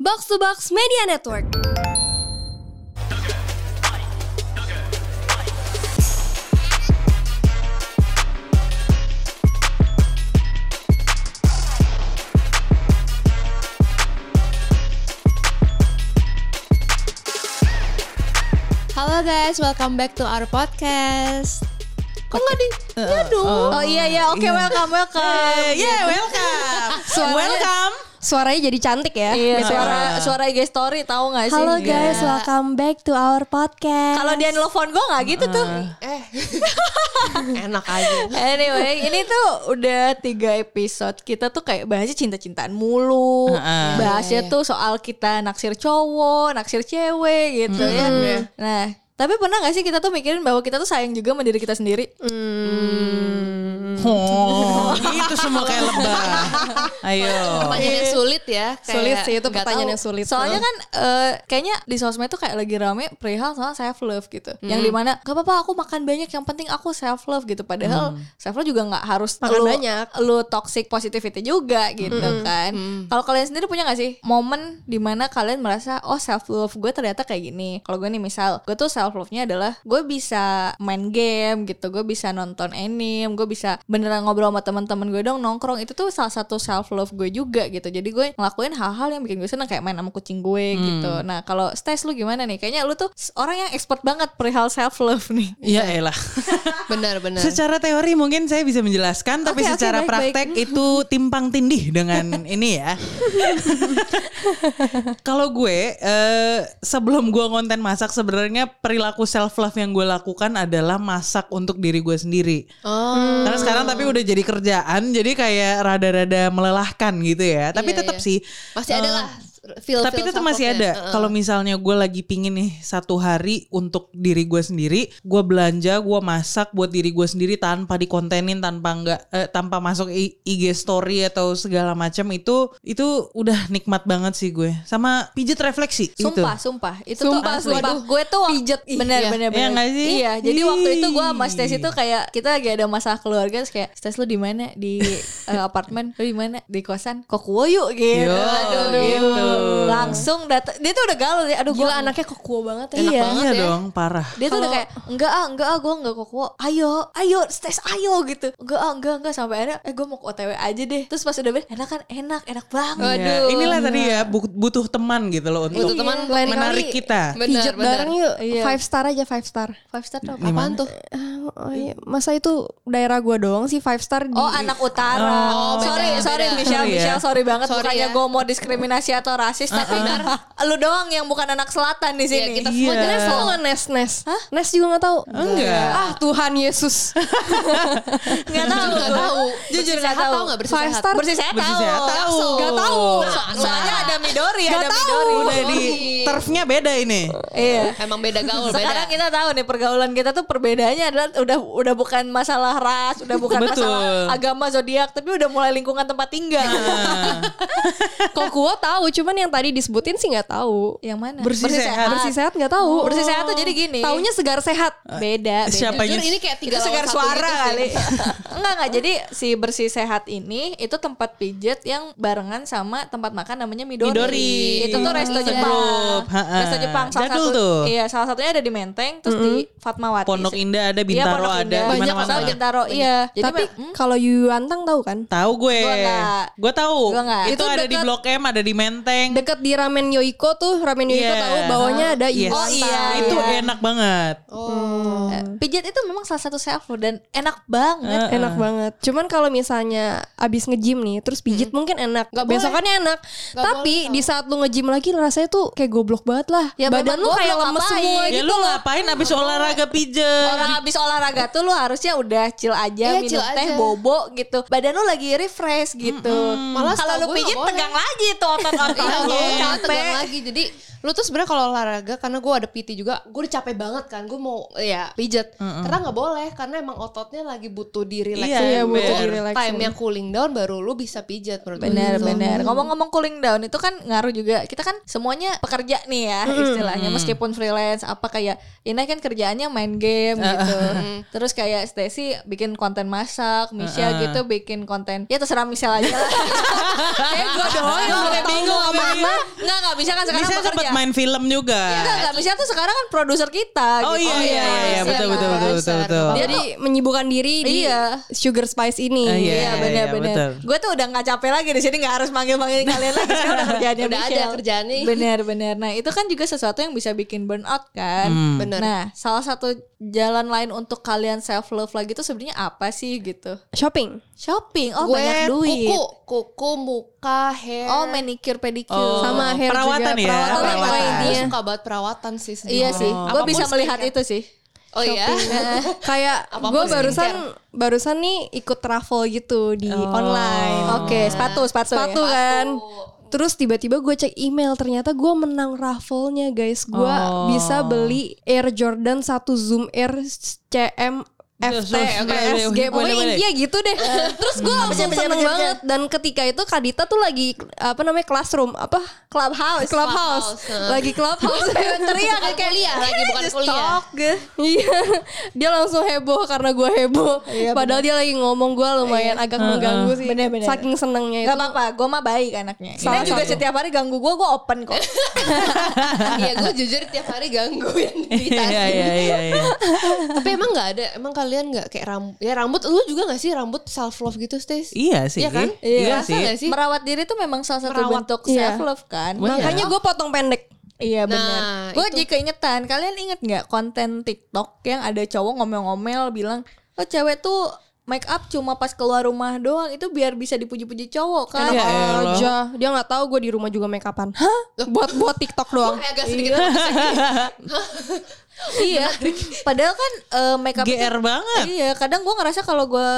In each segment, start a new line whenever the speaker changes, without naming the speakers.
Box to Box Media Network.
Halo guys, welcome back to our podcast.
Kok nggak di? Aduh. Oh, iya iya, oke welcome welcome.
yeah, Iya, welcome.
Suaranya-
welcome.
Suaranya jadi cantik ya.
Iya,
Betul.
suara suara IG story tahu nggak sih? Iya.
Halo guys, welcome back to our podcast.
Kalau dia nelfon gue nggak gitu tuh.
Enak aja.
Anyway, ini tuh udah tiga episode kita tuh kayak bahasnya cinta-cintaan mulu,
Heeh.
Iya,
bahasnya tuh soal kita naksir cowok, naksir cewek gitu ya. Nah, tapi pernah gak sih kita tuh mikirin bahwa kita tuh sayang juga sama diri kita sendiri?
Oh, gitu semua kayak lebah. Ayo.
pertanyaan yang sulit ya kayak
Iya. Sulit sih, itu
nggak
pertanyaan
tahu.
yang sulit.
Soalnya kan eh, kayaknya di sosmed tuh kayak lagi rame perihal soal self love gitu. Yang
Hmm.
dimana gak apa-apa aku makan banyak yang penting aku self love gitu. Padahal
Hmm.
self love juga nggak harus
Makan
lu,
banyak.
lu toxic positivity juga gitu kan. Kalau kalian sendiri punya gak sih momen dimana kalian merasa oh self love gue ternyata kayak gini. Kalau gue nih misal gue tuh self love nya adalah gue bisa main game gitu, gue bisa nonton anime, gue bisa beneran ngobrol sama teman-teman gue dong nongkrong itu tuh salah satu self love gue juga gitu. Jadi gue ngelakuin hal-hal yang bikin gue seneng kayak main sama kucing gue gitu. Nah kalau stes lu gimana nih? Kayaknya lu tuh orang yang expert banget perihal self love nih.
Ya elah.
benar benar
Nah. Secara teori mungkin saya bisa menjelaskan, tapi
Oke, oke,
secara
baik,
praktek itu timpang tindih dengan ini ya. Kalau gue eh, sebelum gue konten masak sebenarnya perilaku self love yang gue lakukan adalah masak untuk diri gue sendiri.
oh
Karena sekarang tapi udah jadi kerjaan, jadi kayak rada-rada melelahkan gitu ya. Tapi
Iya,
tetap
iya.
sih.
masih
eh,
ada lah feel
tapi tetap masih ada. Kalau misalnya gue lagi pingin nih satu hari untuk diri gue sendiri, gue belanja, gue masak buat diri gue sendiri tanpa dikontenin, tanpa nggak, eh, tanpa masuk I- IG story atau segala macam itu, itu udah nikmat banget sih gue. Sama pijet refleksi. gitu. itu.
Sumpah, sumpah. Itu
Sumpah,
tuh
sumpah.
sumpah. Gue tuh pijet bener
Iya.
bener
Iya
bener.
nggak sih?
Iya, jadi waktu itu gue sama
Ih.
Stes itu kayak kita lagi ada masalah keluarga terus kayak Stes lu di mana? Di eh, apartemen, lu di mana? Di kosan. Kokuo yuk gitu.
Yo, gitu.
Langsung datang. Dia tuh udah galau dia. Aduh,
Gila
gua
anaknya kokuo banget ya.
Enak
Iya
banget ya.
dong, parah.
dia tuh udah kayak enggak ah enggak ah gue enggak kokoh ayo ayo stres ayo gitu enggak ah enggak enggak sampai akhirnya eh gue mau ke otw aja deh terus pas udah bener enak kan enak enak banget
Iya, Inilah tadi ya bu- butuh teman gitu loh untuk
Nah. butuh teman
lain
menarik
kali
kita.
benar
Pijat
benar
bareng yuk.
Iya.
Five star aja five star.
kan five star tuh apa?
apaan tuh
Eh, oh iya. Masa itu daerah gua doang sih five star di
Oh anak utara.
Oh, beda,
sorry
beda.
sorry Michelle
Sorry ya.
Michelle sorry banget
Sorry
bukannya
ya.
gue mau diskriminasi atau rasis tapi kan lu doang yang bukan anak selatan di
ya
sini.
kita semua
Iya.
jelas
Nes tau nggak Nes Nes? Hah? Nes juga nggak tahu.
Enggak.
Ah Tuhan Yesus.
nggak tahu.
nggak tahu
Jujur
jujur
nggak tahu.
tahu nggak bersih
Five
sehat
star.
Bersih saya
Bersih
tahu.
saya tahu.
Nggak tahu.
Nah.
Soalnya ada Midori ada
Aduh,
Midori.
udah di
Sorry.
turfnya beda ini.
Iya.
emang Oh, beda gaul
Sekarang
beda
kita tahu nih pergaulan kita tuh perbedaannya adalah udah udah bukan masalah ras, udah bukan
Betul.
masalah agama zodiak, tapi udah mulai lingkungan tempat tinggal.
Nah.
Kok gua tahu, cuman yang tadi disebutin sih nggak tahu.
Yang mana?
Bersih sehat.
Bersih sehat nggak tahu.
Oh. Bersih sehat tuh jadi gini. Eh.
Taunya segar sehat.
beda. beda.
Siapa
jujur ini kayak
itu
tiga
segar
lawan satu
suara
gitu sih.
kali enggak enggak jadi si bersih sehat ini itu tempat pijet yang barengan sama tempat makan namanya Midori,
Midori.
itu tuh resto
Iya.
Jepang
Group. Ha-ha.
resto Jepang salah
Jadul
satu
tuh.
iya salah satunya ada di Menteng terus di Fatmawati
Pondok Indah ada,
Iya,
Bintaro
Pondok
ada,
Indah.
di
banyak
mana-mana.
masalah Bintaro iya jadi
Tapi
me- hmm?
kalau Yu Antang tahu kan?
Tahu gue.
Gua nggak.
Gue tahu.
Gua nggak.
Itu,
Itu
ada di
dekat-
Blok M, ada di Menteng.
Deket di ramen Yoiko tuh, ramen Yoiko
Iya.
tahu bawahnya ada Yu
Yes.
Oh,
Antang.
iya,
Itu
iya.
enak banget.
oh
Eh, pijet itu memang salah satu self love dan
Eh.
enak banget
Enak banget. Cuman kalau misalnya abis nge-gym nih, terus pijit mungkin enak.
Nggak boleh.
Besokannya enak.
Nggak
Tapi
boleh,
di saat lu nge-gym lagi rasanya tuh kayak goblok banget lah.
Ya,
Badan
memang
lu kayak
goblok,
lemes
ngapain?
semua
ya
gitu
lu
loh.
ngapain abis olahraga pijet?
Orang habis olahraga tuh lu harusnya udah chill aja,
Iya,
minum
chill
teh,
aja.
bobo gitu. Badan lu lagi refresh gitu.
Malah
Kalau
setahu
lu
gue
pijit
nggak boleh.
tegang lagi tuh otot-otot
Iya,
lu
gue capek
capek.
tegang lagi. Jadi lu tuh sebenarnya kalau olahraga karena gue ada PT juga, gue udah capek banget kan. Gue mau ya pijit pijat karena nggak boleh karena emang ototnya lagi butuh di relax
Iya, Iya, butuh
butuh
di
relax.
time yang cooling down baru lu bisa pijat menurut gue
Benar,
gitu.
benar. Ngomong-ngomong cooling down itu kan ngaruh juga. Kita kan semuanya pekerja nih ya istilahnya. Meskipun freelance, apa kayak ini kan kerjaannya main game gitu. Terus kayak Stacy bikin konten masak, Misha gitu bikin konten. Ya terserah Misha aja lah. Kayak gue Oh, iya, doang yang
Gue
boleh
bingung,
bingung apa
iya.
apa. Enggak, enggak bisa kan sekarang Iya,
Bisa
pekerja.
sempat main film juga.
Enggak, enggak bisa tuh sekarang kan produser kita.
Oh
gitu.
iya iya iya, iya,
iya,
betul
iya,
betul
iya,
betul
iya,
betul.
iya,
betul.
iya.
Jadi menyibukkan diri di
Iya.
sugar spice ini.
Ah, iya.
Iya benar benar.
betul.
Gue tuh udah nggak capek lagi di sini nggak harus manggil manggil kalian lagi sekarang udah kerjaannya
Udah ada
Michelle.
kerjaannya.
Benar benar. Nah itu kan juga sesuatu yang bisa bikin burnout kan.
Hmm.
Bener.
Nah salah satu jalan lain untuk kalian self love lagi tuh sebenarnya apa sih gitu?
Shopping.
Shopping. Oh
gue
banyak duit.
kuku kuku muka hair
Oh manicure pedicure.
Oh,
Sama hair juga,
perawatan ya,
perawatan.
gue
Iya.
suka banget perawatan sih sejujurnya.
Iya sih. Gue
Apapun
bisa melihat
skincare.
itu sih.
oh iya
ya.
Kayak
Apapun
gue
skincare.
barusan barusan nih ikut travel gitu di online.
Oke sepatu sepatu.
sepatu
ya.
kan. Terus tiba-tiba gue cek email ternyata gue menang raffle-nya guys. Gue
Oh.
bisa beli Air Jordan 1 Zoom Air CM FT,
Oke, oke,
PSG,
oke,
pokoknya
boleh,
intinya gitu deh. Terus gue langsung
Pencet, pencet,
seneng
pencet.
banget dan ketika itu Kadita tuh lagi apa namanya classroom apa clubhouse, clubhouse,
clubhouse, heeh.
lagi clubhouse teriak
Bukan
kayak
kuliah lagi bukan
Just
kuliah
talk, gitu.
Iya, dia langsung heboh karena gue heboh.
Iya,
Padahal dia lagi ngomong gue lumayan agak mengganggu sih.
Bener-bener.
Saking senengnya itu.
Gak apa-apa, gue mah baik anaknya. Saya
Salah
juga
satu.
setiap hari ganggu gue, gue open kok.
iya gue jujur tiap hari gangguin di tas
Iya iya iya iya.
tapi emang nggak ada emang kalian nggak kayak rambut ya rambut lu juga nggak sih rambut self love gitu Stace
Iya sih.
Iya kan?
Iya,
Rasa
sih.
nggak sih?
Merawat diri tuh memang salah satu
Merawat.
bentuk
Iya.
self love kan.
Bener.
Makanya gue potong pendek.
Iya
Nah,
benar. Gue
itu.
jadi keingetan. Kalian inget nggak konten TikTok yang ada cowok ngomel-ngomel bilang, oh cewek tuh make up cuma pas keluar rumah doang itu biar bisa dipuji-puji cowok
Enak
kan.
Ya
Aja.
elah.
Dia nggak tahu gue di rumah juga make upan. Hah? Buat buat TikTok doang.
kayak agak sedikit lemes aja.
iya. Padahal kan eh, make up itu-
GR banget.
Iya, kadang gue ngerasa kalau gue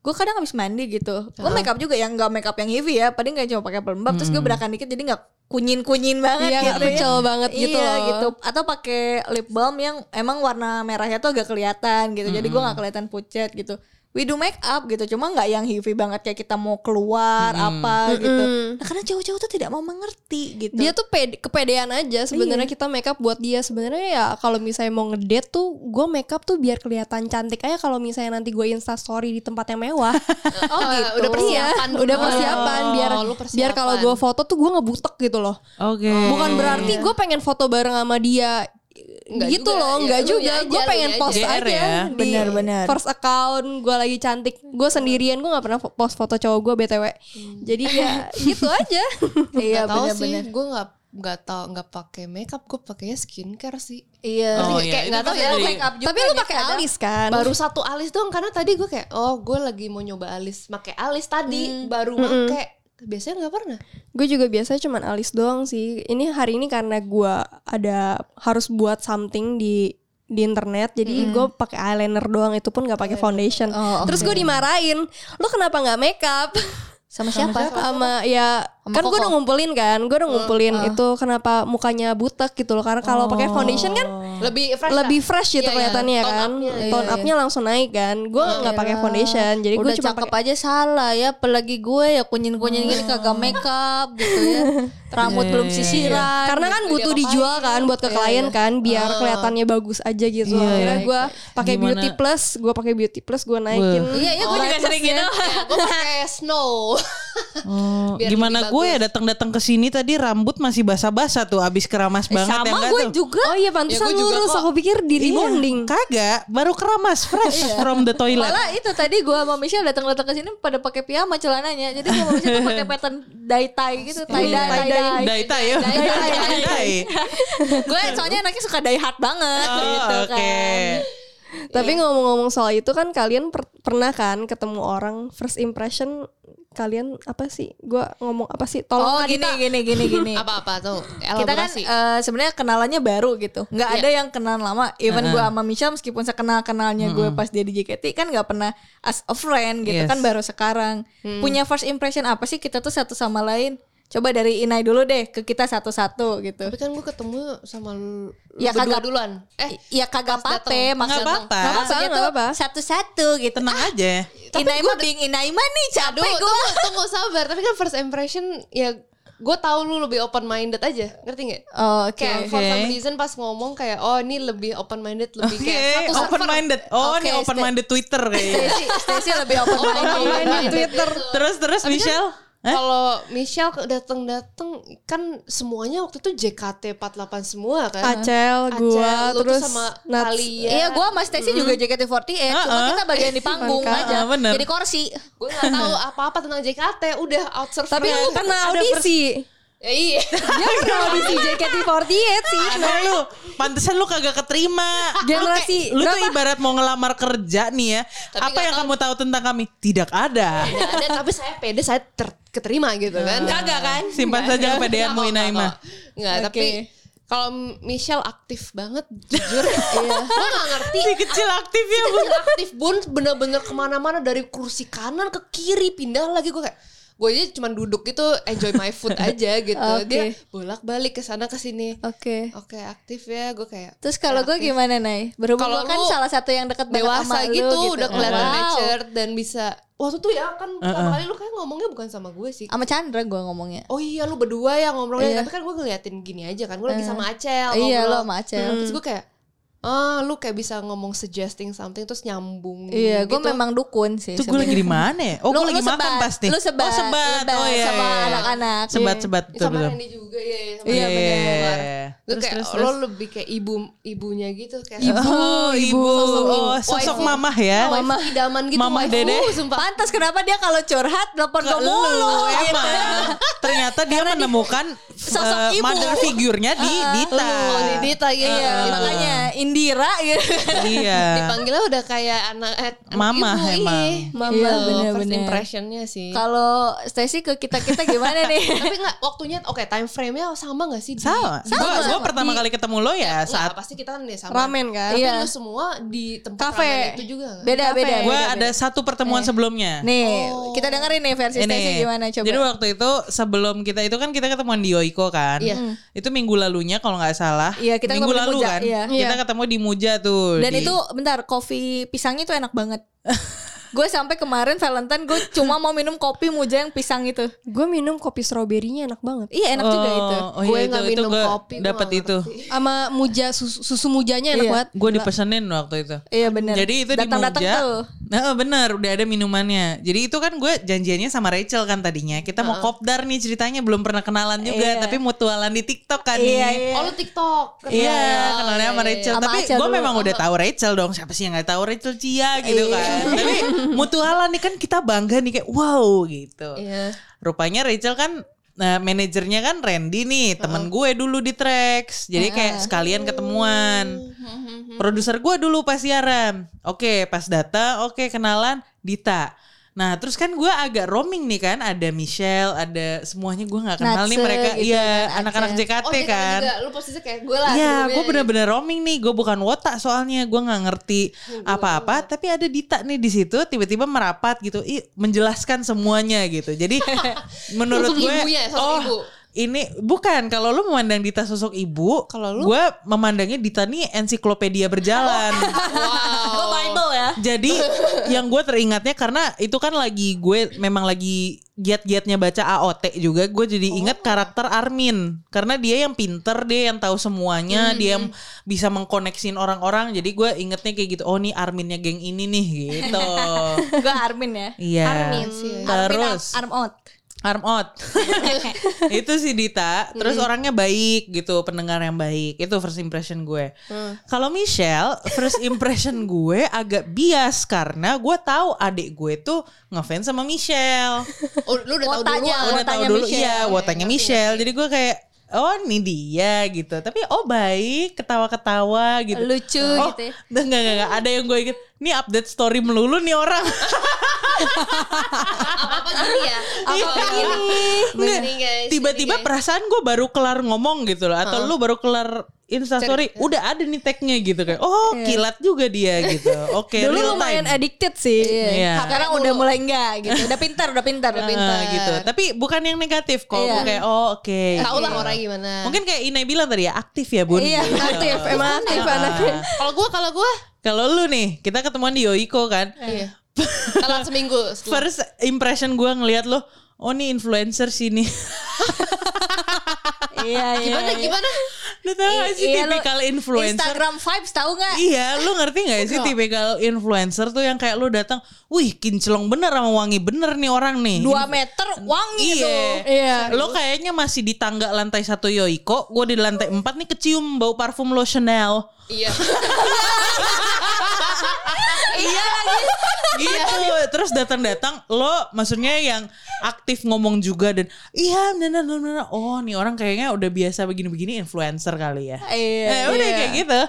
gue kadang habis mandi gitu. Gue make up juga yang nggak make up yang heavy ya, paling nggak cuma pakai pelembab terus gue berakan dikit jadi nggak kunyin-kunyin banget
Iya, nggak
gitu. ya.
pecel banget gitu
Iya,
loh.
gitu. Atau pakai lip balm yang emang warna merahnya tuh agak kelihatan gitu. Jadi gue nggak kelihatan pucat gitu. We do make up gitu, cuma nggak yang heavy banget kayak kita mau keluar apa gitu. Nah, karena cowok-cowok tuh tidak mau mengerti gitu.
Dia tuh pede, kepedean aja sebenarnya
Iya.
kita make up buat dia sebenarnya ya kalau misalnya mau ngedate tuh gue make up tuh biar kelihatan cantik aja kalau misalnya nanti gue insta story di tempat yang mewah.
oh gitu udah persiapan
Iya, udah
dulu.
persiapan biar
Oh, lu
biar kalau gue foto tuh gue ngebutek gitu loh.
Oke.
Bukan
Hmm.
berarti gue pengen foto bareng sama dia
Enggak
gitu
juga,
loh,
iya,
enggak
lu
juga.
aja,
Gue
lu
pengen
aja.
post
GR
aja
ya.
di
Benar-benar.
first account gue lagi cantik. Gue sendirian, gue nggak pernah post foto cowok gue btw.
Hmm.
Jadi ya gitu aja.
iya
iya
tahu sih
benar-benar.
gue nggak nggak tau nggak pakai makeup gue pakainya skincare sih
Iya.
Oh,
Ngerti nggak?
iya,
kayak
itu
nggak tahu
pasti
ya
jadi-
makeup juga
Tapi lu
nih,
pakai
kadang.
alis kan?
baru satu alis doang karena tadi gue kayak oh gue lagi mau nyoba alis pakai alis
Hmm.
tadi baru pakai biasanya nggak pernah
Gue juga biasanya cuman alis doang sih. Ini hari ini karena gue ada harus buat something di di internet jadi gue pakai eyeliner doang itu pun nggak pakai foundation
Oh,
terus gue dimarahin lu kenapa nggak make up
Sama siapa?
sama ya kan gue udah ngumpulin kan gue udah
Mm,
ngumpulin itu kenapa mukanya butek gitu loh karena kalau pakai foundation kan
lebih Oh. fresh lah.
lebih fresh gitu
Iya, iya.
kelihatannya
Tone
kan
up-nya,
tone
iya,
upnya langsung naik kan gue nggak pakai foundation jadi gue
udah
cuma
cakep
pakai
aja salah ya apalagi gue ya kunyin kunyin gini kagak
Hmm.
make up gitu ya rambut belum
Iya.
sisiran
Iya, karena kan butuh dijual kan buat ke klien kan biar kelihatannya bagus aja gitu
Iya,
akhirnya
iya.
gue pakai
Gimana?
beauty plus gue pakai beauty plus gue naikin
iya iya gue juga sering gitu gue pakai snow
Oh,
Biar
gimana
lebih
gue
bagus.
ya datang-datang ke sini tadi rambut masih basah-basah tuh abis keramas banget ya
sama
enggak
gue
tuh?
juga Iya. oh iya pantesan
Ya, gua juga
lurus
kok.
aku pikir di rebonding
Kagak, baru keramas fresh from the toilet.
malah itu tadi gue sama Michelle datang datang ke sini pada pakai piyama celananya jadi gue sama Michelle tuh pakai pattern dye tie gitu tie dye tie dye
Dai tai ya.
Dai tai.
Dai tai.
gue soalnya anaknya suka dye hard banget gitu
Oh, Oke.
Tapi ngomong-ngomong soal itu kan kalian per- pernah kan ketemu orang first impression kalian apa sih? Gua ngomong apa sih?
kan oh
Tolong
gini gini gini gini
apa apa tuh
kita kan
elaborasi
eh, sebenarnya kenalannya baru gitu nggak ada yang kenalan lama even gue sama Michelle meskipun sekenal kenalnya gue pas dia di JKT kan nggak pernah as a friend gitu
Yes.
kan baru sekarang punya first impression apa sih kita tuh satu sama lain Coba dari Inai dulu deh ke kita satu-satu gitu.
Tapi kan gue ketemu sama lu
Ya,
berdua
kagak-
duluan. Eh,
Eh, ya kagak
pas
apa-apa
datang.
maksudnya.
Nggak apa-apa.
Maksudnya
Nggak
tuh
apa-apa.
satu-satu gitu.
Tenang aja.
Inai mah bing Inai mah nih
aduh,
capek gue.
tunggu, tunggu sabar. Tapi kan first impression ya gue tahu lu lebih open minded aja, ngerti nggak?
Oh, oke.
Kayak for some
Oke.
reason pas ngomong kayak oh ini lebih open minded lebih
Oke,
kayak satu
open
server.
minded. Oh,
Oke,
ini open minded Twitter kayaknya.
Stacy, Stacy lebih open minded.
Twitter. Nah, ya. Terus terus Michelle? Hah?
Kalau Michelle datang-datang kan semuanya waktu itu JKT 48 semua kan.
Acel, gua
Acel, lu tuh
terus
sama ya.
Nats.
Talia.
Iya, gue sama Stacy juga JKT48, cuma
Heeh.
kita bagian di panggung
Makanya,
aja.
bener.
Jadi korsi.
Gue gak tahu apa-apa tentang JKT, udah outsource.
Tapi lu
kan
pernah audisi.
Ya, iya.
Dia pernah audisi JKT48 sih.
Ada lu, pantesan lu kagak keterima.
Generasi
Lu tuh
berapa?
ibarat mau ngelamar kerja nih ya.
Tapi
Apa
nggak
yang kamu tahu tentang kami? Tidak ada.
Nggak ada, tapi saya pede, saya ter- keterima gitu kan.
Kagak kan?
Simpan saja kepedeanmu
Nggak,
Inaima.
nggak, Nggak, tapi kalau Michelle aktif banget, jujur. Iya. Gue gak ngerti.
Si kecil aktif ya, Bu.
Dia aktif bun bener-bener kemana-mana dari kursi kanan ke kiri pindah lagi gue kayak gue aja cuma duduk gitu enjoy my food aja gitu
Oke.
dia bolak-balik ke sana ke sini
Oke.
oke aktif ya gue kayak
Terus kalau gue gimana Nay? Berhubung
Kalau
gue kan
lu
salah satu yang deket banget sama
dewasa
lu
gitu, udah kelihatan
Wow.
mature dan bisa waktu tuh ya kan pertama kali lu kayak ngomongnya bukan sama gue sih
Sama Chandra gue ngomongnya
oh iya lu berdua ya ngobrolnya
Iya.
tapi kan gue ngeliatin gini aja kan gue lagi sama Acel ngobrol
Iya lo sama Acel
terus gue kayak ah lu kayak bisa ngomong suggesting something terus nyambung
Iya gue
gitu.
memang dukun sih
Itu gue lagi di mana ya? Oh,
Iya, Lu-
gue lagi
lu
makan
sebat.
pasti.
Lu sebat,
Oh, sebat.
lebat
Oh, iya.
sama
iya.
anak-anak.
Sebat, sebat. Betul,
sama
betul.
Randy juga ya, ya sama
Iya,
Randy.
benar.
Lu
Terus,
kayak
terus,
lo
terus.
lebih kayak ibu ibunya gitu kayak
Oh, ibu. Oh, sosok
Waifu.
mamah ya.
Waifu idaman gitu
Mamah
waifu,
dede.
sumpah.
Pantas kenapa dia kalau curhat telepon
Ke
gue
lu,
mulu gitu.
emang. Ternyata dia menemukan
sosok
eh,
ibu. Ah,
mother figurnya di Dita.
Oh, di Dita iya, iya.
Heeh.
Makanya
Makanya Indira gitu
Iya.
dipanggilnya udah kayak anak eh, anak
Mama
ibu,
emang.
iya.
Mama,
Iya, first
bener-bener.
impressionnya sih
Kalau Stacy ke kita-kita gimana nih?
tapi nggak waktunya oke time frame-nya sama nggak sih di-
Sama.
di-
Gue
Sama.
pertama
Di-
kali ketemu lo ya
Nggak,
saat
pasti kita kan ya sama
Ramen kan?
tapi
Iya.
lu semua di tempat
Kafe.
ramen itu juga nggak?
Beda-beda
Kafe.
gue
beda,
ada
beda.
satu pertemuan sebelumnya.
ya? iya, Nih,
Oh.
kita dengerin nih versi Stacy gimana coba.
Jadi waktu itu sebelum kita itu kan kita ketemuan di Yoiko kan.
Iya.
Mm. Itu minggu lalunya kalau nggak salah.
Iya, kita
minggu
ketemu di
lalu
Muja,
kan.
iya.
Kita ketemu di Muja tuh.
Dan
di-
itu bentar kopi pisangnya tuh enak banget. gue sampai kemarin Valentine gue cuma mau minum kopi muja yang pisang itu.
Gue minum kopi stroberinya enak banget.
Iya enak juga itu.
Oh,
gue
iya,
nggak
itu- itu
minum
gua
kopi gua
Dapat
nggak
itu.
ngerti.
Sama muja susu, susu mujanya enak
Iya.
banget.
Gue dipesenin waktu itu.
Iya benar.
Jadi itu
datang datang
di Muja.
tuh.
Nah, bener, udah ada minumannya. Jadi itu kan gue janjiannya sama Rachel kan tadinya. Kita mau kopdar nih ceritanya belum pernah kenalan juga,
Iya.
tapi mutualan di TikTok kan
Iya
nih.
iya.
oh lu tiktok Kenal
Iya,
ya?
kenalnya sama Rachel.
Sama
Tapi
Aca
gue
dulu.
memang udah tahu Rachel dong. Siapa sih yang gak tahu Rachel Cia gitu
Iya.
kan. Tapi mutualan nih kan kita bangga nih kayak wow gitu.
Iya.
Rupanya Rachel kan Nah, manajernya kan Randy nih, temen gue dulu di Trax. Jadi kayak sekalian ketemuan. Produser gue dulu pas siaran. Oke, pas data, oke kenalan Dita. Nah, terus kan gue agak roaming nih kan, ada Michelle, ada semuanya gue nggak kenal nih
Natse
mereka.
gitu
iya,
kan,
anak-anak
Aceh.
JKT
Oh, dia
kan.
juga. Lu posisinya kayak gue lah.
Iya,
sebelumnya
gue
gitu.
bener-bener roaming nih. Gue bukan wota soalnya. Gue nggak ngerti apa-apa. Tapi ada Dita nih di situ. Tiba-tiba merapat gitu. Ih, menjelaskan semuanya gitu. Jadi menurut
Sosok
gue,
ibunya, sosok
oh
ibu.
ini bukan. Kalau lu memandang Dita sosok ibu,
Kalau
kalau
lu?
gue memandangnya Dita nih ensiklopedia berjalan. Iya.
Gue Bible ya.
Jadi yang gue teringatnya karena itu kan lagi gue memang lagi giat-giatnya baca AOT juga gue jadi ingat karakter Armin karena dia yang pinter dia yang tahu semuanya dia yang bisa mengkoneksin orang-orang jadi gue ingetnya kayak gitu oh nih Arminnya geng ini nih gitu
Gue Armin ya.
iya
Armin sih.
Armin
terus
Arm Arm out.
arm out itu si Dita terus
Hmm.
orangnya baik gitu pendengar yang baik itu first impression gue
Hmm.
kalau Michelle first impression gue agak bias karena gue tahu adik gue tuh ngefans sama Michelle
Oh, lu udah tahu
Wotanya,
dulu.
udah tahu
Wotanya
dulu
Michelle.
iya wotanya Michelle jadi gue kayak oh ini dia gitu tapi oh baik ketawa-ketawa gitu
Lucu
Oh,
gitu. ya.
enggak, enggak, enggak. Ada yang gue inget. Nih update story melulu nih orang.
Apa-apa gini ya?
Iya.
Apa-apa gini.
Enggak.
Ini guys.
tiba-tiba perasaan gue baru kelar ngomong gitu loh atau lu baru kelar instastory udah ada nih tagnya gitu kayak oh
Iya.
kilat juga dia gitu oke
Dulu
real
lumayan
time
addicted sih.
Iya.
Sekarang udah mulai enggak gitu. Udah pintar, udah pintar, udah pintar.
Ah, gitu tapi bukan yang negatif kok
Iya.
kayak oh oke
Tahu lah orang gimana.
mungkin kayak Ina bilang tadi ya aktif ya bun
Iya, aktif. Emang aktif
Ah.
anaknya.
Kalau gua kalau gua
kalau lu nih kita ketemuan di Yoiko kan
iya. Telat seminggu. setelah.
first impression gue ngelihat lo oh nih influencer sini
Iya, iya.
Gimana gimana?
lu tau gak sih
Iya, lu
tipikal influencer
Instagram vibes tahu nggak?
Iya, lu ngerti gak sih tipikal influencer tuh yang kayak lu datang, wih kinclong bener sama wangi bener nih orang nih.
Dua meter wangi
Iya.
tuh.
Iya.
Lo kayaknya masih di tangga lantai satu Yoiko, gue di lantai empat nih kecium bau parfum lo Chanel.
Iya.
Iya lagi.
Gitu.
Iya.
Terus datang-datang lo maksudnya yang aktif ngomong juga dan iya bener bener bener. Oh, nih orang kayaknya udah biasa begini-begini influencer kali ya.
Iya.
Eh, udah kayak gitu.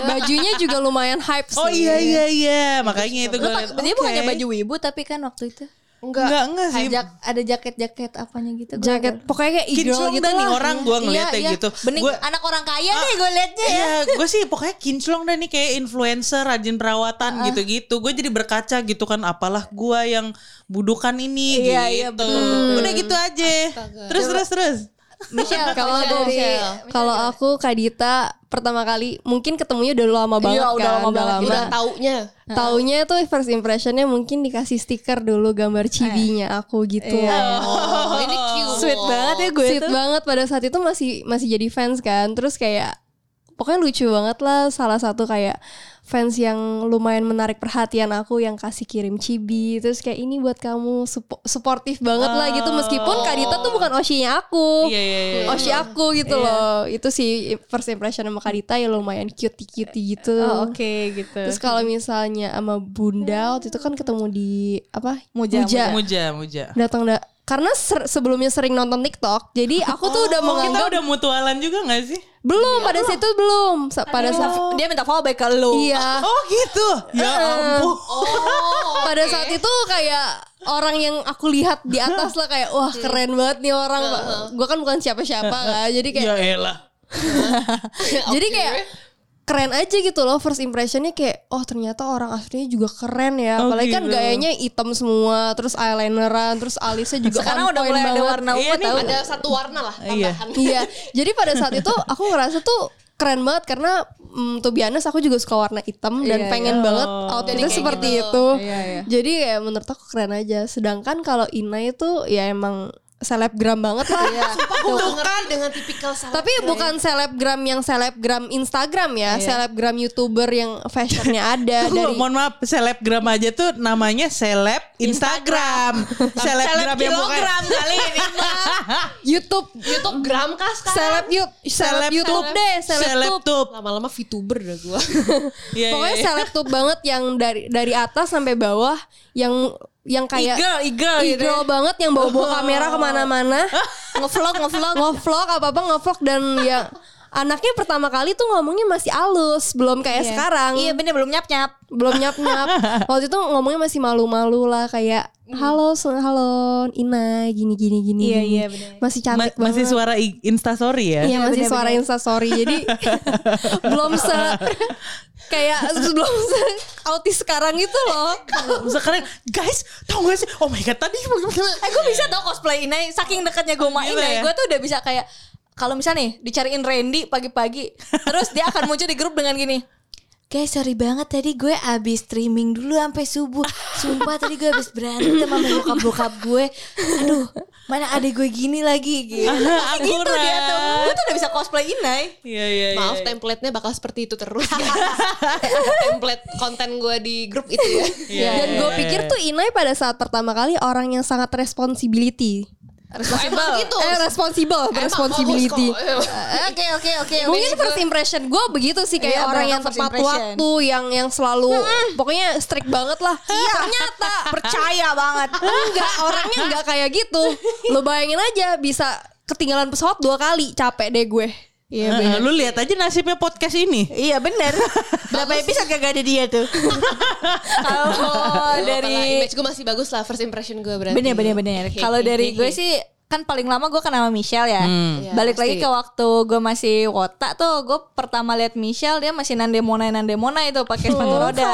Bajunya juga lumayan hype sih.
Oh iya iya iya, makanya itu gue. liat,
Dia
oke.
bukannya baju wibu tapi kan waktu itu
Enggak, enggak sih.
ajak ada jaket-jaket apanya gitu. gua
Jaket
lupa.
pokoknya kayak e-girl
Kinclong
gitu
nih
lah.
orang gue ngeliatnya
Iya, iya.
gitu.
Bening
Gua-
anak orang kaya nih gue liatnya ya.
Iya, gue sih pokoknya kinclong deh nih kayak influencer, rajin perawatan gitu-gitu. Gue jadi berkaca gitu kan, apalah gue yang budukan ini
Iya, iya,
gitu. Udah gitu aja. Terus terus terus.
Michelle,
Kalau
Michelle,
dari
Michelle.
kalau aku Kadita pertama kali mungkin ketemunya udah lama banget
Iya, udah
kan,
lama banget.
Udah taunya.
Taunya itu first impressionnya mungkin dikasih stiker dulu
Eh.
gambar cibinya aku gitu.
Iya.
Oh, ini cute.
Sweet banget ya gue
Sweet
tuh.
banget pada saat itu masih masih jadi fans kan. Terus kayak pokoknya lucu banget lah salah satu kayak fans yang lumayan menarik perhatian aku yang kasih kirim cibi terus kayak ini buat kamu supo- suportif banget lah gitu meskipun Kadita tuh bukan oshinya
Oh.
aku
Iya iya iya.
oshi aku gitu loh itu sih first impression sama Kadita ya lumayan cutie cutie gitu
Oh, oke gitu.
Terus kalau misalnya sama Bunda waktu itu kan ketemu di apa?
Muja,
Muja muja.
Datang da- karena ser- sebelumnya sering nonton TikTok. Jadi aku tuh udah
Oh, kita
menganggap
udah mutualan juga gak sih?
belum pada situ belum. Sa- pada saat
dia minta fallback ke lu.
iya.
Oh gitu. Ya ampun.
Pada saat itu kayak orang yang aku lihat di atas lah kayak wah keren banget nih orang. Gua kan bukan siapa-siapa kan. Jadi kayak
Ya elah.
Jadi kayak keren aja gitu loh first impressionnya kayak oh ternyata orang aslinya juga keren ya
Oh,
apalagi kan
gitu.
gayanya hitam semua terus eyelineran terus alisnya juga
Sekarang
on
udah
point
mulai ada
banget.
warna
Iya
ungu
nih,
tahu.
Ada satu warna lah
Iya.
tambahan.
iya jadi pada saat itu aku ngerasa tuh keren banget karena mm, to be honest aku juga suka warna hitam dan
Iya,
pengen
iya.
banget
Oh.
outfitnya
Jadi kayak
seperti
gitu.
itu
Iya, iya.
jadi ya menurut aku keren aja sedangkan kalau Ina itu ya emang selebgram banget lah
Iya. Aku gak ngerti dengan tipikal salah.
Tapi bukan selebgram yang selebgram Instagram ya, selebgram YouTuber yang fashionnya ada dari
Tunggu, mohon maaf selebgram aja tuh namanya seleb Instagram, selebgram yang bukan
kali ini.
YouTube
YouTube gram kah sekarang?
seleb YouTube seleb YouTube deh, seleb
seleb tube.
Lama-lama VTuber dah gua.
Iya, iya,
Pokoknya
iya.
seleb banget yang dari dari atas sampai bawah yang yang kayak
Igel, igel gitu.
Igro banget yang bawa-bawa kamera kemana-mana Ngevlog, ngevlog Ngevlog, apa-apa ngevlog Dan ya Anaknya pertama kali tuh ngomongnya masih halus Belum kayak sekarang
Iya bener belum nyap-nyap.
belum nyap nyap waktu itu ngomongnya masih malu malu lah kayak halo se- halo Ina gini gini gini
Hmm. Iya,
gini."
iya, bener.
masih cantik
Ma- masih
banget
suara i- instastory ya.
Iya masih
bener,
suara
bener.
instastory jadi belum se kayak belum se autis sekarang gitu loh
Sekarang guys, tau gak sih? Oh my god, tadi
Eh gue bisa tau cosplay Inai Saking dekatnya gue sama
Gila ya?
Inai Gue tuh udah bisa kayak kalau misalnya nih dicariin Randy pagi-pagi Terus dia akan muncul di grup dengan gini Guys sorry banget tadi gue abis streaming dulu sampai subuh Sumpah tadi gue abis berantem sama bokap-bokap gue Aduh mana ada gue gini lagi gitu Pasti gitu dia tuh
Akurat.
Gue tuh udah bisa cosplay Inai
Iya iya.
Maaf template-nya bakal seperti itu terus. guys. template konten gua di grup itu ya.
Iya,
dan gue pikir tuh Inai pada saat pertama kali orang yang sangat responsibility
Emang gitu.
eh responsible
Emang
responsibility
bagus kok. eh.
Eh, Oke oke oke
Mungkin first impression gue begitu sih kayak
gitu. Iya,
orang
bener,
yang
first
tepat
impression.
waktu, yang yang selalu pokoknya strict banget lah. Iya. Ternyata
Percaya banget
enggak orangnya enggak kayak gitu. Lo bayangin aja bisa ketinggalan pesawat dua kali, capek deh gue.
Iya
ya,
Eh, eh, lu lihat aja nasibnya podcast ini.
Iya bener Berapa episode kagak ada dia tuh Kalau
Gak apa-apa lah,
dari
image gue masih bagus lah first impression gue berarti.
Bener bener bener Kalau dari gue sih kan paling lama gue kenal sama Michelle ya.
Hmm.
Iya,
Balik lagi
pasti.
ke waktu gue masih wota tuh, gue pertama lihat Michelle dia masih nandemona nandemona itu pakai sepatu roda.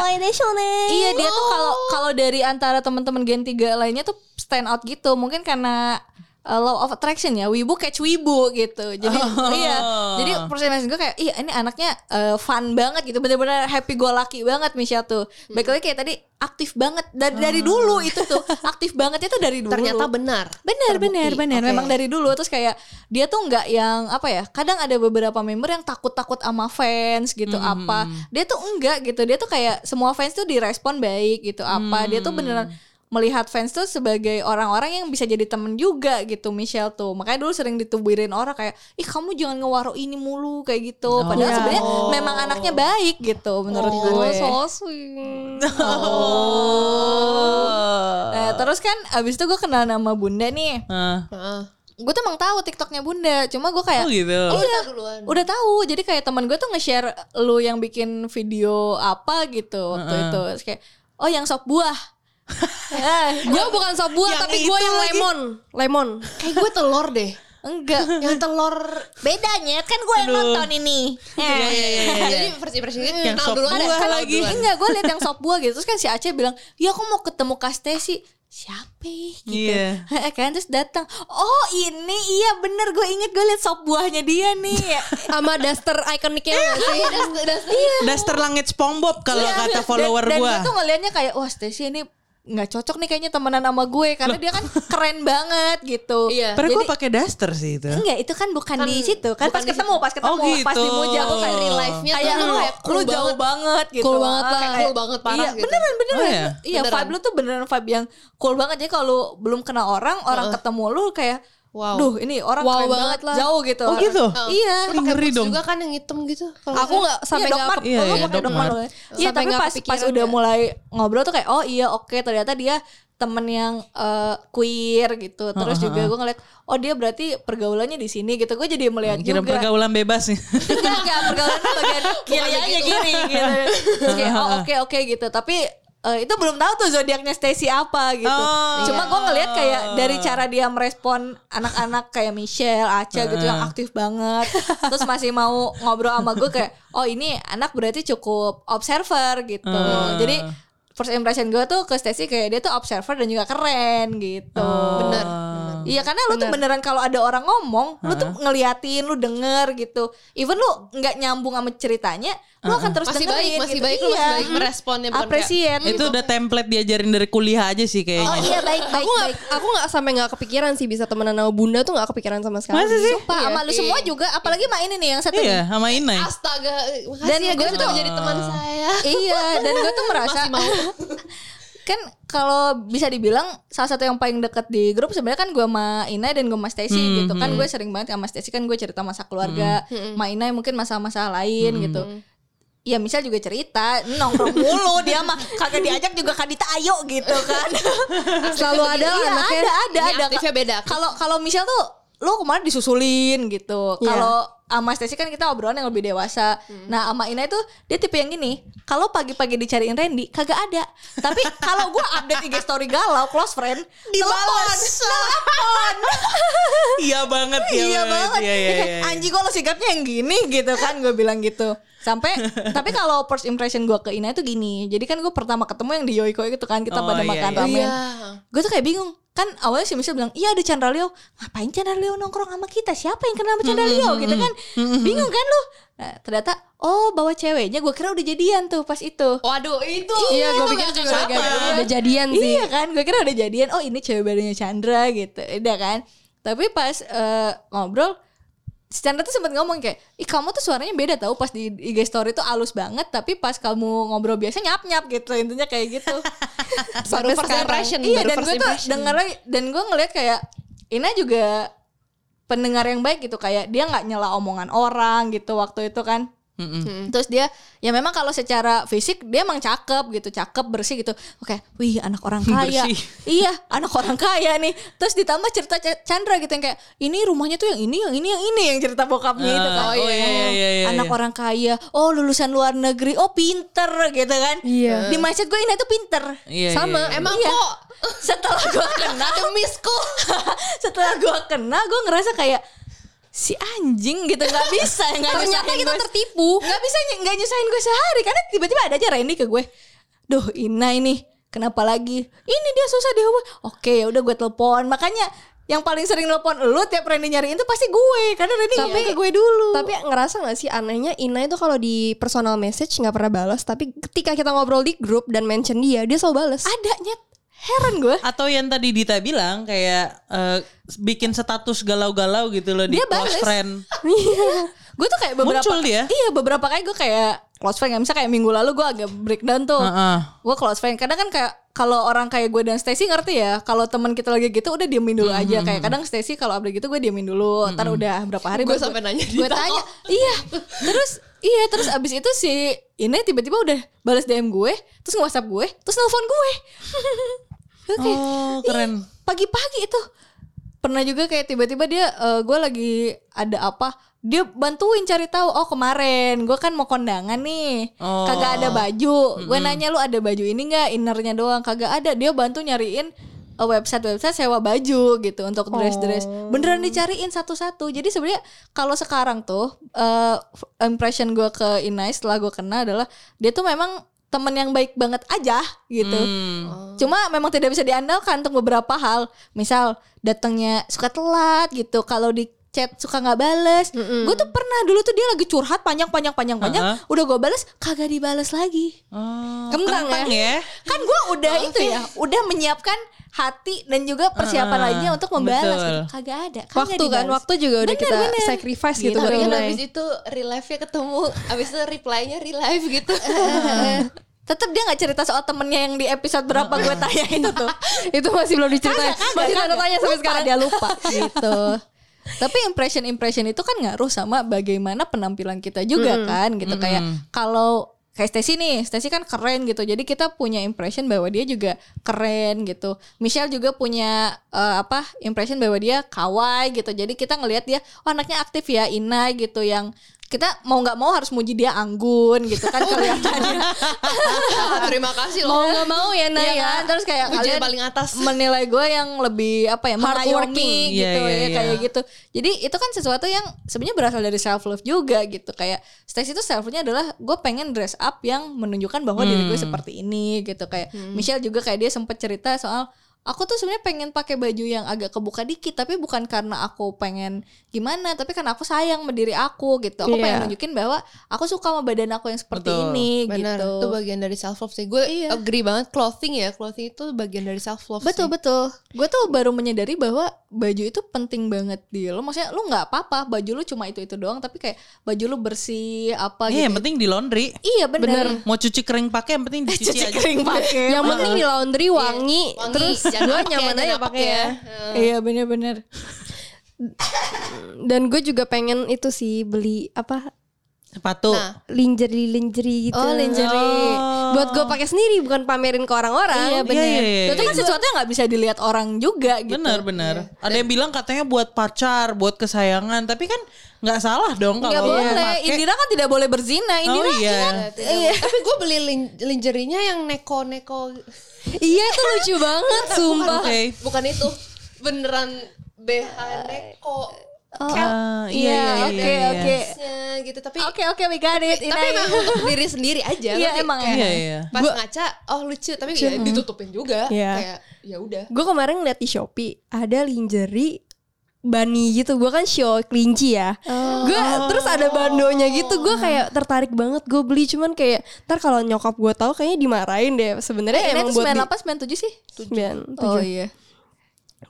Iya dia tuh kalau kalau dari antara teman-teman Gen 3 lainnya tuh stand out gitu. Mungkin karena uh, law of attraction ya, wibu catch wibu gitu. Jadi
Oh.
iya. Jadi personality gue kayak, "Ih, ini anaknya uh, fun banget gitu. Bener-bener happy go lucky banget Michelle tuh." Baik lagi kayak tadi aktif banget dari dari dulu itu tuh. Aktif banget itu dari dulu.
Ternyata benar.
Bener,
Terbukti.
bener, bener.
Oke.
Memang dari dulu terus kayak dia tuh nggak yang apa ya? Kadang ada beberapa member yang takut-takut sama fans gitu apa. Dia tuh enggak gitu. Dia tuh kayak semua fans tuh direspon baik gitu apa. Dia tuh beneran melihat fans tuh sebagai orang-orang yang bisa jadi temen juga gitu Michelle tuh makanya dulu sering ditubirin orang kayak ih kamu jangan ngewaro ini mulu kayak gitu padahal
Iya.
sebenarnya memang anaknya baik gitu menurut gue
so sweet. Oh.
Nah, terus kan abis itu gue kenal nama bunda nih
Ah.
Heeh.
gue tuh emang tahu tiktoknya bunda cuma gue kayak
Oh gitu.
Oh, udah duluan.
Iya, udah tahu jadi kayak teman gue tuh nge-share lu yang bikin video apa gitu waktu itu Terus kayak oh yang sop buah eh,
Gue bukan sop buah
Yang
tapi gue
itu
yang
lagi.
lemon, lemon.
Kayak gue telur deh.
enggak
Yang telur.
bedanya kan gue yang
Aduh.
nonton ini Eh,
Iya, iya, iya, iya.
Jadi versi versi ini
Yang sop buah lagi.
kan enggak gue liat yang sop buah gitu terus kan si Aceh bilang ya aku mau ketemu Kastesi siapa gitu
Iya.
Eh, kan terus datang oh ini iya bener gue inget gue liat sop buahnya dia nih
Sama daster ikoniknya nggak sih?
Daster langit SpongeBob kalau kata follower
Iya. dan, dan
gue.
gue tuh ngeliatnya kayak wah Stacy ini nggak cocok nih kayaknya temenan sama gue karena dia kan keren banget gitu.
Iya.
Padahal gue
Jadi-
pakai daster sih itu.
Enggak, itu kan bukan
Kan
di situ. Kan
bukan
pas
di situ.
ketemu, pas ketemu,
Oh, gitu.
pas di Moja aku kayak
Real
life-nya tuh
kayak lu,
kayak cool
lu jauh
banget.
banget gitu.
Cool banget
Ah,
lah.
kayak-
Cool banget, parah
iya,
gitu.
Beneran, beneran.
Oh, iya?
Iya,
Beneran.
vibe lu tuh beneran vibe yang cool banget. Jadi kalau lu belum kenal orang, orang ketemu lu kayak
Wow.
Duh, ini orang
Wow
keren
banget
banget,
lah.
jauh gitu.
Oh, gitu?
Iya.
Lu pakai
Ngeri
boots
dong.
juga kan yang hitam gitu. kalau
Aku nggak sampai
iya,
nggak
dokmar.
Iya,
Oh,
iya,
gua pakai
dokmar.
dokmar. Iya,
Sampai
tapi
nggak
pas pas
kepikiran
udah
ya.
mulai ngobrol tuh kayak oh iya oke ternyata dia temen yang eh, queer gitu. Terus juga gue ngeliat oh dia berarti pergaulannya di sini gitu. Gue jadi melihat
Kira
juga.
pergaulan bebas ya? nih.
Enggak, enggak, pergaulan tuh bagian kiri
Bukan
aja
begitu.
gini gitu. Terus kayak oh oke oke gitu. Tapi eh, itu belum tahu tuh zodiaknya Stacy apa gitu.
Oh.
Cuma gue ngelihat kayak dari cara dia merespon anak-anak kayak Michelle, Aca gitu yang aktif banget. Terus masih mau ngobrol sama gue kayak oh ini anak berarti cukup observer gitu.
Hmm.
Jadi first impression gue tuh ke Stacy kayak dia tuh observer dan juga keren gitu.
Bener.
Oh.
Iya karena lu tuh beneran kalau ada orang ngomong, lu tuh ngeliatin, lu denger gitu. Even lu nggak nyambung sama ceritanya, lu akan terus
Masih
dengerin.
baik, masih
gitu.
baik, lu masih baik meresponnya ya. bukan
Appreciate.
itu udah template diajarin dari kuliah aja sih
Kan gitu. Oh
kayaknya.
iya baik baik
Aku nggak,
baik.
aku nggak sampai nggak kepikiran sih bisa temenan sama bunda tuh nggak kepikiran sama sekali.
Masa sih?
Pak sama lu semua juga, apalagi sama ini nih yang satu
Iya,
nih.
sama Inai.
Astaga, makasih
Dan
ya
gue
guys sudah
tuh-
menjadi teman saya.
iya, dan gue tuh merasa kan kalau bisa dibilang salah satu yang paling deket di grup sebenarnya kan gue sama Ina dan gue sama Stacy gitu kan gue sering banget sama Stacy kan gue cerita masa keluarga, sama Ina mungkin masalah-masalah lain gitu. Ya misal juga cerita nongkrong mulu dia mah kagak diajak juga Kadita ayo gitu kan.
Selalu ada
Iya,
anaknya.
ada ada
Ini
ada.
aktifnya beda.
Kalau kalau misal tuh lo kemarin disusulin gitu.
Iya.
Kalau sama Stacy kan kita obrolan yang lebih dewasa.
Hmm.
Nah, sama Ina itu dia tipe yang gini, kalau pagi-pagi dicariin Randy kagak ada. Tapi kalau gue update IG story galau close friend, dibalas.
Iya banget, iya,
Iya banget.
Iya, iya,
Dia kayak,
iya.
Anji kok lo sikapnya yang gini gitu kan gue bilang gitu. Sampai tapi kalau first impression gue ke Ina itu gini. Jadi kan gue pertama ketemu yang di Yoiko itu kan kita
Oh,
pada
iya,
makan
iya.
ramen.
Iya.
Gue tuh kayak bingung. Kan awalnya si Michelle bilang, "Iya ada Chandra Leo." Ngapain Chandra Leo nongkrong sama kita? Siapa yang kenal sama Chandra Leo gitu kan? Bingung kan lu? Nah, ternyata oh bawa ceweknya gue kira udah jadian tuh pas itu.
Waduh, itu.
Iya, gue
Itu
pikir
nggak
juga udah,
sama.
gak- udah jadian sih.
Iya kan, gue kira udah jadian. Oh ini cewek barunya Chandra gitu, udah kan. Tapi pas eh, ngobrol, si Chandra tuh sempat ngomong kayak, ih kamu tuh suaranya beda tau pas di IG story tuh halus banget, tapi pas kamu ngobrol biasa nyap nyap gitu, intinya kayak gitu.
Baru first impression,
Iya
baru
dan
first
gue tuh
impression.
denger dan gue ngeliat kayak Ina juga pendengar yang baik gitu kayak dia nggak nyela omongan orang gitu waktu itu kan Terus dia ya memang kalau secara fisik dia emang cakep gitu, cakep bersih gitu. Oke, wih anak orang kaya.
Bersih.
iya, anak orang kaya nih. Terus ditambah cerita C- Chandra gitu yang kayak ini rumahnya tuh yang ini, yang ini, yang ini yang cerita bokapnya itu kan.
Ah, oh iya, iya, iya, iya,
anak
iya.
orang kaya. Oh, lulusan luar negeri. Oh, pinter gitu kan.
Iya.
Di mindset gue ini tuh pinter.
Iya,
Sama.
iya, iya.
Emang kok setelah gue kenal
Misku.
setelah gue kenal gue ngerasa kayak si anjing gitu nggak bisa nggak
Ternyata
nyusahin
kita
gue.
tertipu.
nggak bisa ny- nggak nyusahin gue sehari karena tiba-tiba ada aja Randy ke gue duh Ina ini kenapa lagi ini dia susah dihubungi oke ya udah gue telepon makanya yang paling sering telepon lu tiap Randy nyariin tuh pasti gue karena Randy
Tapi-
ke gue dulu
Tapi ngerasa gak sih anehnya Ina itu kalau di personal message nggak pernah balas, tapi ketika kita ngobrol di grup dan mention dia, dia selalu balas.
ada nyet heran gue
Atau yang tadi Dita bilang kayak eh, bikin status galau-galau gitu loh di
Dia
close
bales.
friend.
gue tuh kayak beberapa
Muncul dia.
iya beberapa kali gue kayak close friend misalnya kayak minggu lalu gue agak breakdown tuh
Heeh.
gue close friend kadang kan kayak kalau orang kayak gue dan Stacy ngerti ya kalau teman kita lagi gitu udah diemin dulu aja
Hmm.
kayak kadang Stacy kalau update gitu gue diemin dulu ntar udah berapa hari
Gue
baru
Hmm. sampai nanya
gue
Dita,
tanya
kok.
iya terus iya terus abis itu si ini tiba-tiba udah balas DM gue terus nge WhatsApp gue terus nelfon gue oke
Oh, keren.
pagi-pagi itu pernah juga kayak tiba-tiba dia eh, gue lagi ada apa dia bantuin cari tahu oh kemarin gue kan mau kondangan nih
Oh.
kagak ada baju gue nanya lu ada baju ini nggak innernya doang kagak ada dia bantu nyariin website website sewa baju gitu untuk dress dress beneran dicariin satu-satu jadi sebenarnya kalau sekarang tuh eh, f- impression gue ke Inai setelah gue kenal adalah dia tuh memang temen yang baik banget aja gitu
Hmm.
Oh.
Cuma memang tidak bisa diandalkan untuk beberapa hal. Misal datangnya suka telat gitu. Kalau di chat suka nggak bales. Gue tuh pernah dulu tuh dia lagi curhat panjang panjang panjang panjang. Udah gue bales kagak dibales lagi.
Oh,
Kentang
kentang ya.
Kan gue udah
Oh,
itu
iya.
ya. Udah menyiapkan hati dan juga persiapan
Heeh,
lainnya untuk membalas.
betul.
Gitu. Kagak ada. kagak
Waktu kan,
dibales.
waktu juga udah
Bener,
kita
bener.
sacrifice gitu,
Gitu.
buat
Tapi kan
Ina.
abis itu real life-nya ketemu, abis itu reply-nya real life gitu.
Tetap dia nggak cerita soal temennya yang di episode berapa gue tanya itu tuh.
itu masih belum diceritain.
Kagak, kagak,
Masih
kagak.
tanda tanya sampai
Lupa,
sekarang.
dia lupa gitu tapi impression impression itu kan ngaruh sama bagaimana penampilan kita juga kan gitu kayak kalau kayak Stacy nih Stacy kan keren gitu jadi kita punya impression bahwa dia juga keren gitu Michelle juga punya eh, apa impression bahwa dia kawaii gitu jadi kita ngelihat dia oh anaknya aktif ya Ina gitu yang kita mau nggak mau harus muji dia anggun gitu kan kelihatannya
Terima kasih
mau
loh.
nggak mau ya Nay
Iya
ya
kan?
terus kayak
Ujian
kalian
paling atas.
menilai gue yang lebih apa ya
Hard working.
mengayomi gitu
Iya, iya,
ya kayak
iya.
gitu jadi itu kan sesuatu yang sebenarnya berasal dari self love juga gitu kayak Stacy itu self love-nya adalah gue pengen dress up yang menunjukkan bahwa diri gue seperti ini gitu kayak Michelle juga kayak dia sempat cerita soal Aku tuh sebenarnya pengen pakai baju yang agak kebuka dikit, tapi bukan karena aku pengen gimana, tapi karena aku sayang mendiri aku gitu. Aku
Iya.
pengen nunjukin bahwa aku suka sama badan aku yang seperti
Betul.
ini
Benar,
gitu.
itu bagian dari self love sih. Gue
Iya.
agree banget clothing ya, clothing itu bagian dari self love.
Betul betul. Gue tuh baru menyadari bahwa baju itu penting banget di lo. Maksudnya lu nggak apa-apa baju lu cuma itu itu doang, tapi kayak baju lu bersih apa
Iya, yang
gitu.
penting di laundry.
Iya bener.
Mau cuci kering pakai yang penting dicuci aja.
Cuci kering pakai.
Yang penting di laundry Iya. wangi,
Wangi,
terus
jangan
gue
pakai,
nyaman
jangan
aja
pakai
pakai ya.
Iya bener-bener.
Dan gue juga pengen itu sih beli apa
Sepatu.
Nah.
lingerie lingerie gitu.
Oh, lingerie.
Oh.
Buat gue pakai sendiri bukan pamerin ke orang-orang.
Iya bener.
iya, iya, iya.
Itu kan sesuatu yang nggak bisa dilihat orang juga gitu.
Bener bener. Ada yang bilang katanya buat pacar, buat kesayangan, tapi kan nggak salah dong
Nggak
kalau lu
boleh.
Iya, pakai.
Indira kan tidak boleh berzina. Indira
oh iya.
Iya. Tapi gue beli lin- lingerie-nya yang neko-neko.
Iya itu lucu banget sumpah.
Oke.
Bukan itu. Beneran BH neko.
Ah, iya,
Iya,
iya,
oke,
iya, iya.
oke.
Nya gitu. Tapi
Oke oke we got it.
tapi
Inai.
emang untuk diri sendiri aja.
Iya,
ngerti?
emang,
Kayak
Iya iya.
Pas ngaca, oh lucu. Tapi ya ditutupin juga.
Iya.
Kayak ya udah.
Gue kemarin ngeliat di Shopee ada lingerie bani gitu. Gue kan show kelinci ya. Gue terus ada bandonya gitu. Gue kayak tertarik banget gue beli cuman kayak ntar kalau nyokap gue tahu kayaknya dimarahin deh. Sebenarnya
Inai
emang
tuh
buat di-
98 97 sih.
Sembilan,
Oh
tujuh.
iya.
ya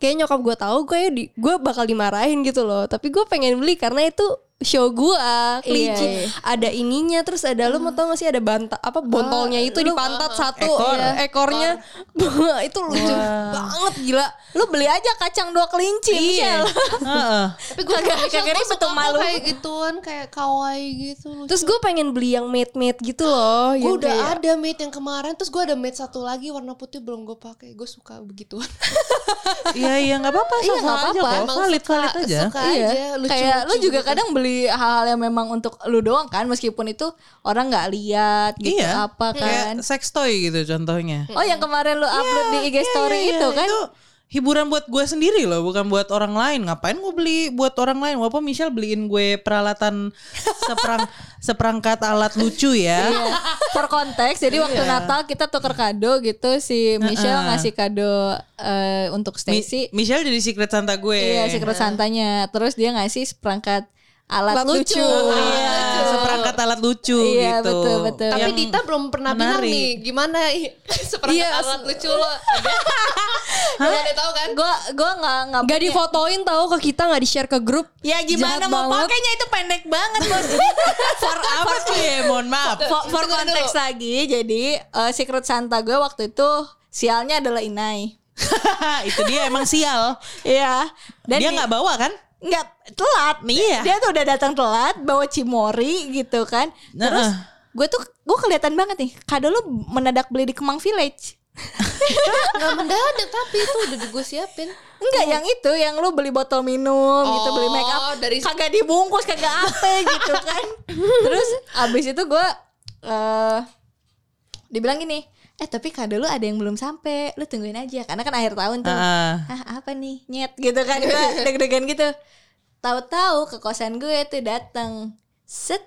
Kayaknya nyokap gue tahu gue di gue bakal dimarahin gitu loh. Tapi gue pengen beli karena itu show gua kelinci
Iya, iya.
ada ininya terus ada lu mau tau gak sih ada banta apa bontolnya itu di pantat satu
Ekor.
iya, ekornya itu lucu banget gila
Lu beli aja kacang
Iya,
dua kelinci, Michelle.
Heeh.
Tapi gue
Kagak-
kagak
kagak ribet tuh malu.
Kayak gituan kayak kawaii gitu. lucu.
terus gue pengen beli yang made made gitu loh
Iya,
gue
yang
udah
kayak-
ada mate yang kemarin terus gue ada mate satu lagi warna putih belum gue pakai gue suka begituan
Iya iya nggak apa-apa
Iya,
sama aja
nggak apa-apa.
kok
Emang
valid
suka-
valid aja.
suka
Iya.
aja lucu gitu.
kayak lu juga kadang beli hal-hal yang memang untuk lu doang kan meskipun itu orang nggak lihat gitu
iya.
apa
Kayak
kan.
sex toy gitu contohnya.
Oh yang kemarin lu upload di IG
Iya,
story
iya,
itu kan.
Itu hiburan buat gue sendiri loh, bukan buat orang lain. Ngapain gue beli buat orang lain? Walaupun Michelle beliin gue peralatan seperang seperangkat alat lucu ya.
Iya. For konteks, jadi waktu Natal kita tuker kado gitu si Michelle ngasih kado eh, untuk
Mi-
Stacy.
Michelle jadi secret santa gue.
Iya, secret santanya. Terus dia ngasih seperangkat alat
Alat
lucu.
lucu.
Iya.
Iya, seperangkat alat lucu
Iya,
gitu.
betul, betul.
tapi
Yang-
Dita belum pernah bilang
menarik.
nih gimana seperangkat
Iya,
alat lucu lo ada Lo ada tahu kan
Gua gua nggak nggak
Gak
punya.
difotoin tau ke kita gak di share ke grup
Ya
gimana Jahat mau banget.
pakainya itu pendek banget bos.
for apa sih? Mohon maaf.
for, for
Tunggu dulu.
konteks lagi, jadi eh, Secret Santa gue waktu itu sialnya adalah Inai.
itu dia emang sial.
Iya. Dan
dia
di-
nggak bawa kan?
nggak telat.
Iya.
Dia tuh udah datang telat, bawa cimori gitu kan. Terus
Nah,
gue tuh gue kelihatan banget nih, kado lu mendadak beli di Kemang Village.
nggak mendadak tapi itu udah gue siapin
Enggak,
Oh.
yang itu yang lu beli botol minum gitu, beli make up,
dari-
kagak dibungkus, kagak apa gitu kan. Terus abis itu gue eh dibilang gini, eh tapi kado lu ada yang belum sampai, lu tungguin aja karena kan akhir tahun tuh.
Heeh.
ah apa nih nyet gitu kan gue deg-degan gitu tahu-tahu ke kosan gue tuh datang set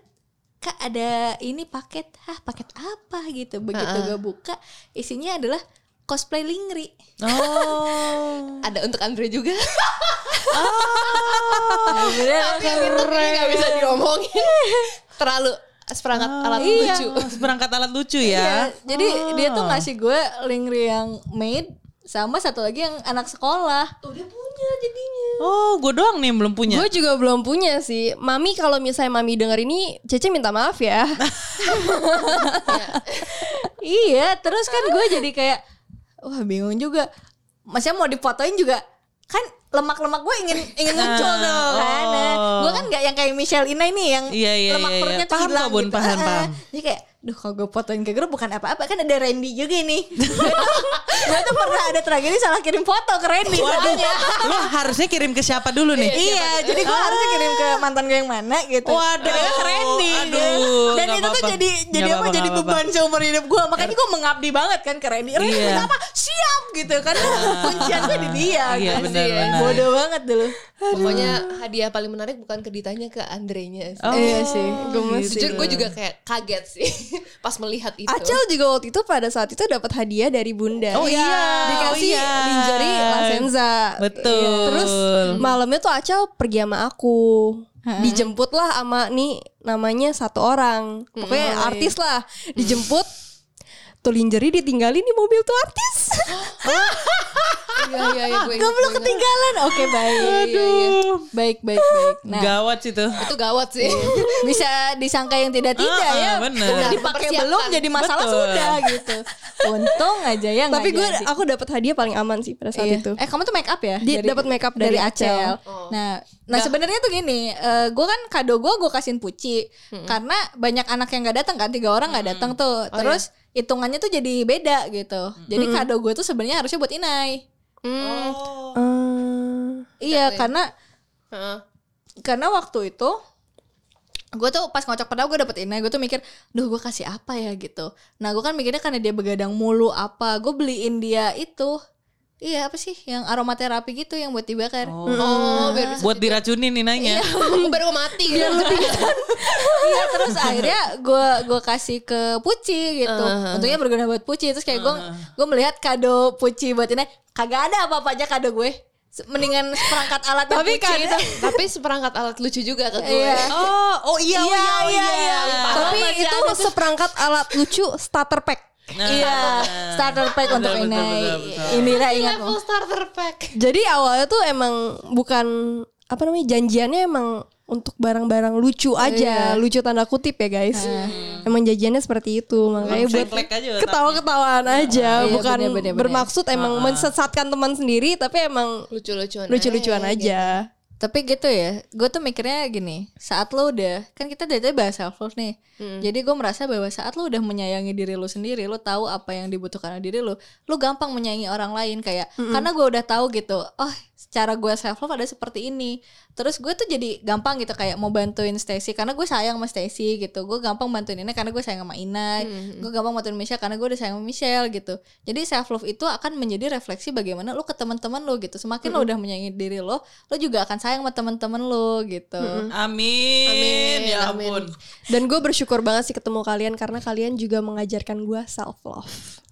kak ada ini paket hah paket apa gitu begitu gue buka isinya adalah cosplay lingri
Oh.
ada untuk Andre juga
Bener.
tapi
Iya,
yang itu kayaknya nggak bisa diomongin terlalu seperangkat alat
Iya.
lucu
Seperangkat alat lucu
Iya,
ya.
jadi dia tuh ngasih gue lingri yang made sama satu lagi yang anak sekolah
tuh dia punya jadinya
Oh, gue doang nih yang belum punya.
Gue juga belum punya sih Mami kalau misalnya Mami denger ini Cece minta maaf ya
iya terus kan gue jadi kayak wah bingung juga maksudnya mau dipotoin juga kan lemak-lemak gue ingin ingin muncul
Ah,
dong kan nah,
oh.
gue kan nggak yang kayak Michelle Ina ini yang
Iya, iya,
lemak
iya, iya.
perutnya tuh
Paham
hilang
kok, Bun,
gitu.
paham,
Ah, ah.
paham.
jadi kayak duh kalau gue potoin ke grup bukan apa-apa kan ada Randy juga nih gue tuh pernah ada tragedi salah kirim foto ke Randy
Waduh,
soalnya.
lo harusnya kirim ke siapa dulu nih?
Iya, jadi gue harusnya kirim ke mantan gue yang mana gitu.
Waduh,
Gara-gara ke Randy.
aduh,
dan
nggak
itu tuh
apa-apa.
jadi jadi
Nggak
apa,
apa-apa,
jadi
nggak
beban seumur hidup gue. Makanya gue mengabdi banget kan ke Randy. Randy
Iya.
minta apa? Siap gitu kan. Kuncian gue di dia.
Iya,
kan.
benar-benar.
Bodoh banget dulu.
pokoknya hadiah paling menarik bukan ke Ditanya ke Andrenya sih
Oh, gitu.
Iya sih, gemes
Jujur gue juga kayak kaget sih pas melihat
Gitu.
itu.
Acel juga waktu itu pada saat itu dapat hadiah dari bunda.
Oh iya,
dikasih
oh iya.
lingerie Lasenza.
Betul.
Iya. Terus malamnya tuh Acel pergi sama aku. Dijemput lah sama nih namanya satu orang. Pokoknya artis lah. Dijemput tuh lingerie ditinggalin di mobil tuh artis.
Iya iya iya gue ingat,
Gue Ah, belum
gue ingat.
ketinggalan. Oke, baik.
Aduh.
Baik, baik, baik. Nah,
Uh, Gawat sih tuh.
Itu gawat sih.
bisa disangka yang tidak-tidak
Ah, ah,
ya.
bener.
Udah dipakai
Dipersiapkan.
belum jadi masalah
Betul.
sudah gitu. Untung aja ya nggak
Tapi gue
jadi.
aku dapat hadiah paling aman sih pada saat
Iya.
itu.
Eh kamu tuh make up ya?
Di- dapat make up dari Acel.
Nah, nah sebenarnya tuh gini, gue kan kado gue gue kasihin Puci karena banyak anak yang nggak datang kan, tiga orang nggak datang tuh. Terus hitungannya tuh jadi beda gitu. Jadi kado gue tuh sebenarnya harusnya buat Inai.
Hmm.
Eh,
Iya, karena
Heeh.
karena waktu itu gue tuh pas ngocok pertama gue dapet Inai, gue tuh mikir, duh gue kasih apa ya gitu. Nah gue kan mikirnya karena dia begadang mulu apa, gue beliin dia itu. Iya apa sih yang aromaterapi gitu yang buat dibakar.
Oh, biar bisa
Buat diracunin nih nanya.
aku baru mati gitu.
Iya terus akhirnya gue gue kasih ke Puci gitu. Untungnya berguna buat Puci terus kayak gue gue melihat kado Puci buat ini kagak ada apa-apa aja kado gue. Se- Mendingan seperangkat alat yang
tapi
Puci
kan
itu.
tapi seperangkat alat lucu juga ke gue.
Iya.
Oh, oh iya, oh iya, oh iya.
tapi itu seperangkat alat lucu starter pack.
Nah,
Iya,
nah.
starter pack untuk
Betul,
ini.
betul, betul, betul.
Indira ingat
Level starter pack.
Jadi awalnya tuh emang bukan apa namanya janjiannya emang untuk barang-barang
Oh,
lucu aja,
iya.
lucu tanda kutip ya guys.
Hmm.
Emang jajannya seperti itu, makanya Iya, buat
Flek-flek aja tapi.
ketawa-ketawaan aja,
Iya,
bukan
bener, bener, bener.
bermaksud emang
Ah,
mensesatkan teman sendiri, tapi emang
lucu-lucuan
lucu-lucuan
aja.
aja.
Tapi gitu ya, gue tuh mikirnya gini, saat lo udah, kan kita dari tadi bahas self love nih. Jadi gue merasa bahwa saat lo udah menyayangi diri lo sendiri, lo tahu apa yang dibutuhkan oleh diri lo, lo gampang menyayangi orang lain kayak, karena gue udah tahu gitu, oh cara gue self love ada seperti ini. Terus gue tuh jadi gampang gitu kayak mau bantuin Stacy karena gue sayang sama Stacy gitu, gue gampang bantuin Ina karena gue sayang sama Ina, gue gampang bantuin Michelle karena gue udah sayang sama Michelle gitu. Jadi self love itu akan menjadi refleksi bagaimana lo ke teman-teman lo gitu. Semakin lo udah menyayangi diri lo, lo juga akan sayang sama teman-teman lo gitu.
Hmm. Amin.
Amin,
Ya
amin.
ampun.
Dan gue bersyukur banget sih ketemu kalian karena kalian juga mengajarkan gue self love.